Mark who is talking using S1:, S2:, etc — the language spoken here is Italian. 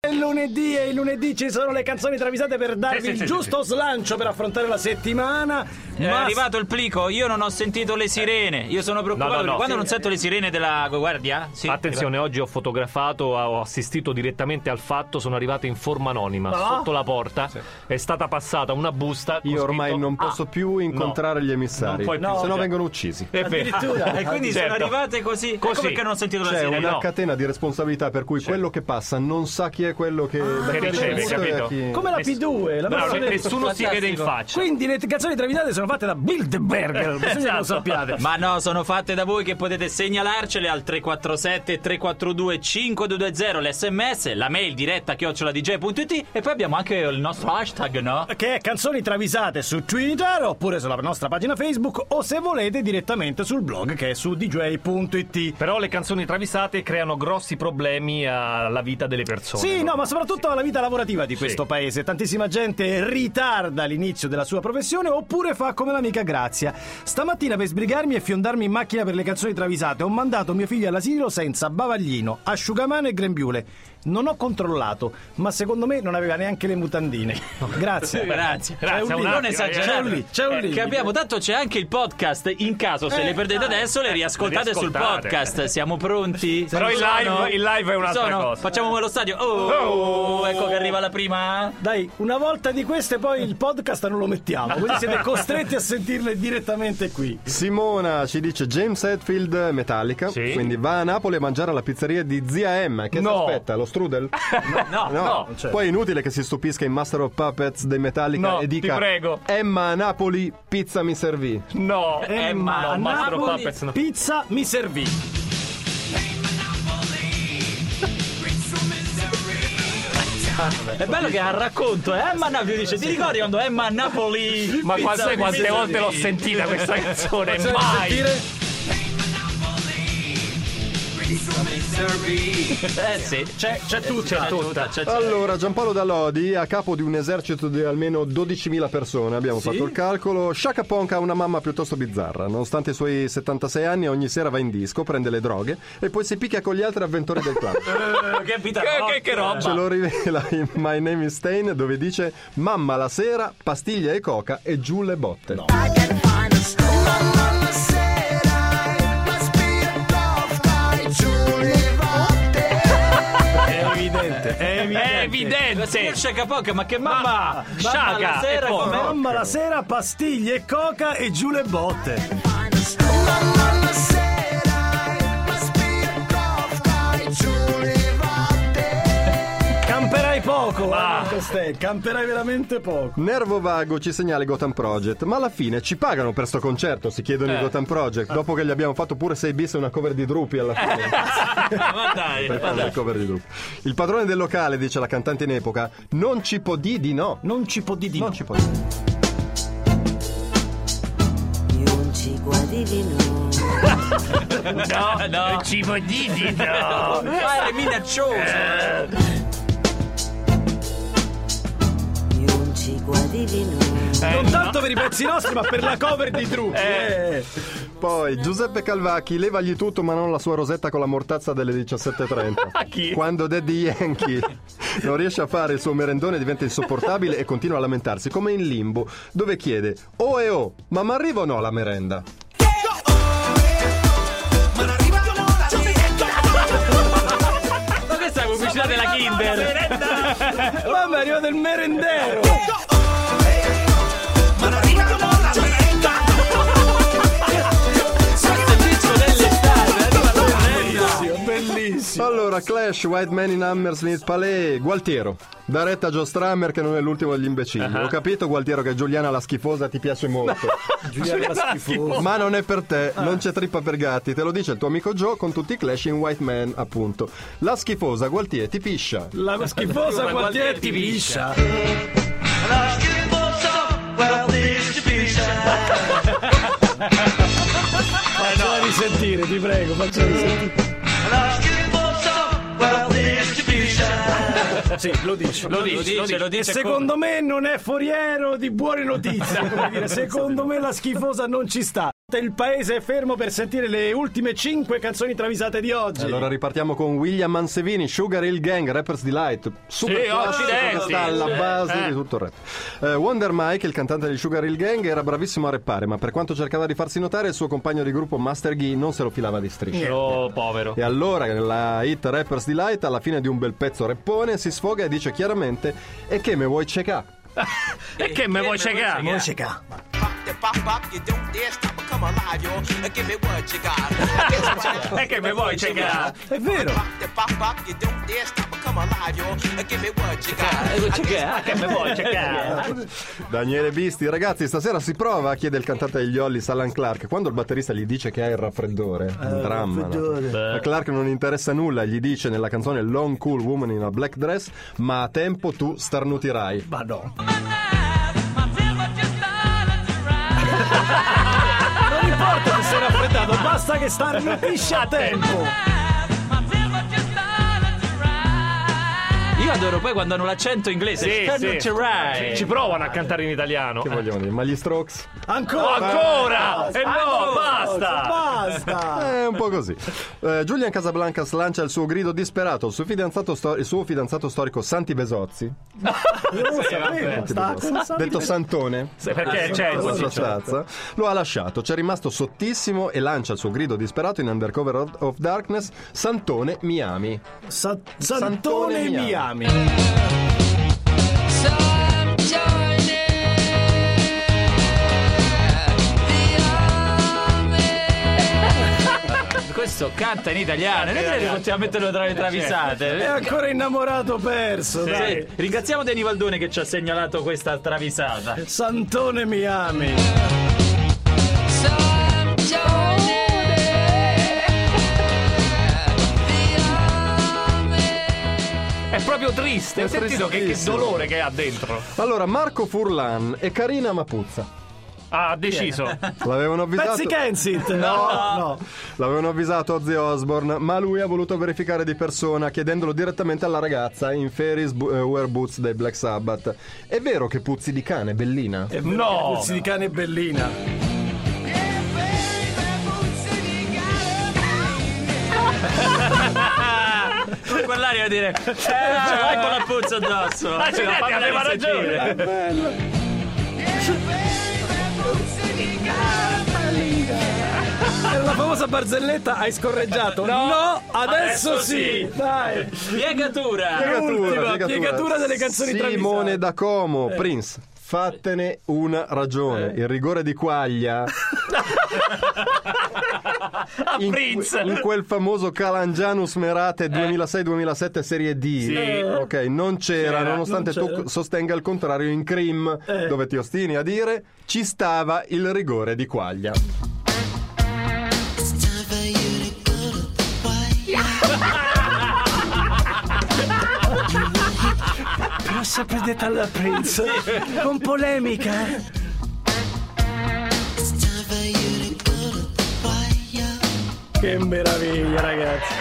S1: È lunedì e il lunedì ci sono le canzoni travisate per darvi
S2: sì,
S1: il
S2: sì, Eh,
S1: giusto slancio per affrontare la settimana.
S3: Eh, È
S1: ma
S3: arrivato il plico, io non ho sentito le sirene. Io sono preoccupato
S2: No, no, no.
S3: perché quando
S2: Sì.
S3: non sento le sirene della guardia? Sì.
S2: Attenzione, oggi ho fotografato, ho assistito direttamente al fatto, sono arrivato in forma anonima,
S1: Ah.
S2: sotto la porta, è stata passata una busta. con
S4: Io ormai
S2: scritto-
S4: non posso
S2: Ah,
S4: più incontrare gli emissari,
S2: Non puoi
S4: se
S2: più,
S4: no
S2: cioè.
S4: vengono uccisi.
S2: è vero.
S1: addirittura.
S3: Esatto. E quindi
S2: Certo.
S3: sono arrivate così. Ecco
S2: Così.
S3: perché non ho sentito la
S4: C'è
S3: sirene.
S4: Cioè, una
S2: no.
S4: catena di responsabilità per cui quello che passa non sa chi è quello che, da chi è
S2: riceve,
S4: ricevuto e
S2: Ah, capito?
S4: a chi-
S1: Come la P2, la
S2: Bravo,
S1: messa del-
S2: nessuno si vede in faccia.
S1: Quindi le canzoni travisate sono fatte da Bilderberger, bisogna che lo
S2: Esatto.
S1: sappiate.
S3: Ma no, sono fatte da voi che potete segnalarcele al 347 342 5220 l'SMS, la mail diretta chioccioladj.it e poi abbiamo anche il nostro hashtag, no?
S1: Che è canzoni travisate su Twitter oppure sulla nostra pagina Facebook o se volete direttamente sul blog che è su dj.it.
S2: Però le canzoni travisate creano grossi problemi alla vita delle persone.
S1: Sì, no, ma soprattutto alla vita lavorativa di
S2: Sì.
S1: questo paese. Tantissima gente ritarda l'inizio della sua professione oppure fa come l'amica Grazia. Stamattina per sbrigarmi e fiondarmi in macchina per le canzoni travisate ho mandato mio figlio all'asilo senza bavaglino, asciugamano e grembiule. Non ho controllato, ma secondo me non aveva neanche le mutandine. Grazie.
S3: Grazie,
S2: Grazie,
S3: C'è un
S2: un
S3: limite, non
S2: attimo,
S3: esagerare.
S1: c'è un limite, c'è un
S3: Eh,
S1: limite.
S3: Che abbiamo, tanto c'è anche il podcast. In caso se
S2: Eh,
S3: le perdete adesso, le riascoltate, sul
S2: riascoltate.
S3: podcast. Siamo pronti?
S2: Però
S3: Ci
S2: il
S3: sono?
S2: live- il live è
S3: Ci
S2: un'altra
S3: sono?
S2: cosa.
S3: Facciamo come lo stadio. Oh, ecco che arriva la prima.
S1: Dai, una volta di queste poi il podcast non lo mettiamo, quindi siete costretti a sentirle direttamente qui.
S4: Simona ci dice James Hetfield Metallica,
S2: Sì.
S4: quindi va a Napoli a mangiare alla pizzeria di zia M, che
S2: No.
S4: si aspetta, lo strudel?
S3: No,
S4: No,
S1: c'è.
S4: poi è inutile che si stupisca in Master of Puppets dei Metallica
S2: No,
S4: e dica
S2: ti prego.
S4: Emma a Napoli pizza mi servì.
S2: No,
S1: Emma,
S2: no,
S1: a
S2: Master of
S1: Napoli,
S2: Puppets, no.
S1: pizza mi servì.
S3: È bello che ha il racconto, eh? Emma Napoli dice: Ti ricordi quando Emma Napoli?
S2: Ma
S3: Pizza-
S2: qua- sai quante
S3: pizza-
S2: volte l'ho sentita questa canzone?
S1: Facciamo
S2: Mai!
S1: sentire?
S3: Eh sì, c'è, c'è tutta, c'è tutta. c'è- c'è-
S4: Allora, Giampaolo Dallodi, a capo di un esercito di almeno 12.000 persone, abbiamo fatto il calcolo, Shaka Ponk ha una mamma piuttosto bizzarra. Nonostante i suoi 76 anni, ogni sera va in disco, prende le droghe e poi si picchia con gli altri avventori del club.
S3: Eh, Che vita
S2: Che, che- che roba!
S4: Ce lo rivela in My Name is Stain, dove dice mamma la sera, pastiglie e coca e giù le botte.
S1: È evidente, è
S2: È
S1: evidente.
S2: evidente!
S3: Sì. Shaka Poca, ma che mamma!
S2: Mamma,
S3: Shaka,
S2: Shaka,
S3: la sera
S2: e poi-
S3: come-
S1: Mamma la sera, pastiglie e coca e giù le botte. Camperai poco,
S2: Ah.
S1: Marco Stè, camperai veramente poco.
S4: Nervo Vago ci segnala i Gotham Project, ma alla fine ci pagano per sto concerto, si
S3: Eh.
S4: chiedono i Gotham Project, dopo che gli abbiamo fatto pure 6 bis e una cover di Drupi alla fine.
S3: Ma dai,
S4: per
S3: ma
S4: fare
S3: dai.
S4: il cover di gruppo. Il padrone del locale, dice la cantante in epoca, non ci può di di no.
S1: Non ci può di di
S4: Non
S1: no.
S4: ci può di.
S5: Non ci guadivino.
S2: No, no, il cibo di di no!
S3: Ma è
S2: Eh.
S3: minaccioso!
S5: Non ci guadivino.
S1: Non tanto per i pezzi nostri, ma per la cover di Drupi. eh.
S4: Poi Giuseppe Calvacchi, levagli tutto ma non la sua rosetta con la mortazza delle 17.30.
S2: Chi?
S4: Quando Daddy Yankee non riesce a fare il suo merendone diventa insopportabile e continua a lamentarsi come in limbo, dove chiede oh e oh, ma mi arriva o no la merenda?
S3: Ma questa è pubblicità della Kinder!
S1: Mamma, è arrivato il merendero. Bellissimo, bellissimo.
S4: Allora, Clash, White Man in Hammersmith Palais, Gualtiero. Da retta a Joe Strummer che non è l'ultimo degli imbecilli.
S1: Ah.
S4: Ho capito, Gualtiero, che Giuliana la schifosa ti piace molto.
S1: Giuliano era schifoso.
S4: ma non è per te, non c'è trippa per gatti. Te lo dice il tuo amico Joe con tutti i Clash in White Man, appunto. La schifosa, Gualtiero, ti piscia.
S1: La schifosa quartiere ti liscia. Facciela risentire, ti prego, facciela risentire. Sì, lo dice.
S3: Lo dice, lo dice, lo
S1: E
S3: dice.
S1: secondo me non è foriero di buone notizie. come dire. Secondo me la schifosa non ci sta. il paese è fermo per sentire le ultime 5 canzoni travisate di oggi.
S4: Allora ripartiamo con William Mansevini, Sugar Hill Gang, Rapper's Delight. Super
S3: Sì,
S4: classico che
S3: accidenti.
S4: sta alla
S3: Eh,
S4: base
S3: eh.
S4: di tutto il rap. Eh, Wonder Mike, il cantante di Sugar Hill Gang, era bravissimo a rappare, ma per quanto cercava di farsi notare, il suo compagno di gruppo Master Ghi non se lo filava di striscia.
S2: Oh, povero.
S4: E allora, nella hit Rapper's Delight, alla fine di un bel pezzo reppone, si sfoga e dice chiaramente: E che me vuoi cecà?
S2: E che me vuoi cegare?
S1: Musica.
S6: pop the pop pop, you don't dare stop or come alive, yo. Now give me what you got. That's right.
S3: E che me vuoi cegare?
S1: È vero.
S6: Pop the pop pop, you don't dare stop or come alive, yo. Now give me what you got.
S3: Eh, vuoi cegare? Eh, Che me vuoi cegare?
S4: Daniele Bisti, ragazzi, stasera si prova, chiede il cantante degli Ollis Alan Clark. Quando il batterista gli dice che ha il raffreddore, un dramma. no? A Clark non interessa nulla, gli dice nella canzone Long Cool Woman in a Black Dress, ma a tempo tu starnutirai.
S1: Ma no. Non importa se sei raffreddato, basta che stanno piscia a tempo.
S3: Io adoro poi quando hanno l'accento inglese.
S2: Sì,
S3: Stand
S2: sì.
S3: on your right.
S2: Ci provano a cantare in italiano.
S4: Che vogliono dire? Ma gli Strokes?
S1: Ancora.
S2: Ancora! E no, basta!
S1: Basta.
S4: Eh, un po' così. Eh, Julian Casablanca slancia il suo grido disperato al suo fidanzato, sto- il suo fidanzato storico Santi Besozzi,
S1: Non lo sapevo. Sta
S4: detto Santone.
S2: Ah, Sì,
S1: Eh,
S2: Perché
S1: certo.
S2: c'è
S4: la sua
S2: così.
S4: stazza, certo, lo ha lasciato, c'è rimasto sottissimo e lancia il suo grido disperato in Undercover of- of Darkness, Santone Miami.
S1: Sa-
S4: Santone
S1: Santone
S4: Miami.
S1: Miami.
S3: Questo canta in italiano. Eh, certo. Noi direi che possiamo metterlo tra le
S1: È
S3: travisate.
S1: ancora innamorato perso, dai.
S3: Sì, Ringraziamo Deni Valdone che ci ha segnalato questa travisata.
S1: Santone Miami.
S2: È proprio triste. Ho
S4: È
S2: sentito che, che
S4: tristissimo.
S2: dolore che ha dentro.
S4: Allora, Marco Furlan e Carina Mapuzza.
S2: Ha deciso.
S4: L'avevano avvisato,
S1: Pezzi Kensit. Esatto. No, Oh, no.
S4: l'avevano avvisato Ozzy Osbourne, ma lui ha voluto verificare di persona chiedendolo direttamente alla ragazza in Ferris Bu- eh, Wear Boots dei Black Sabbath. È vero che puzzi di cane, bellina?
S2: No.
S1: Pezzi di cane e bellina.
S3: Poi quell'aria dire eh, ce l'hai con la puzza addosso
S2: Ah, ci
S3: Fammi
S2: aveva
S3: risentire.
S2: ragione.
S1: Era la famosa barzelletta, hai scorreggiato. No, adesso,
S3: adesso
S1: sì.
S3: sì.
S1: Dai.
S3: piegatura
S1: Ultima piegatura delle canzoni
S4: Simone
S1: travisate. Eh.
S4: da Como, Prince. Fattene una ragione. Il rigore di Quaglia. in,
S2: Prince.
S4: in quel famoso Calangianus
S1: Eh.
S4: Merate 2006-2007 Serie D. Eh. Ok, non c'era, nonostante
S1: non c'era. Eh.
S4: tu sostenga il contrario in Crim, dove ti ostini a dire ci stava il rigore di Quaglia.
S1: Però sapete alla Prince. Con polemica. eh. Che meraviglia, ragazzi.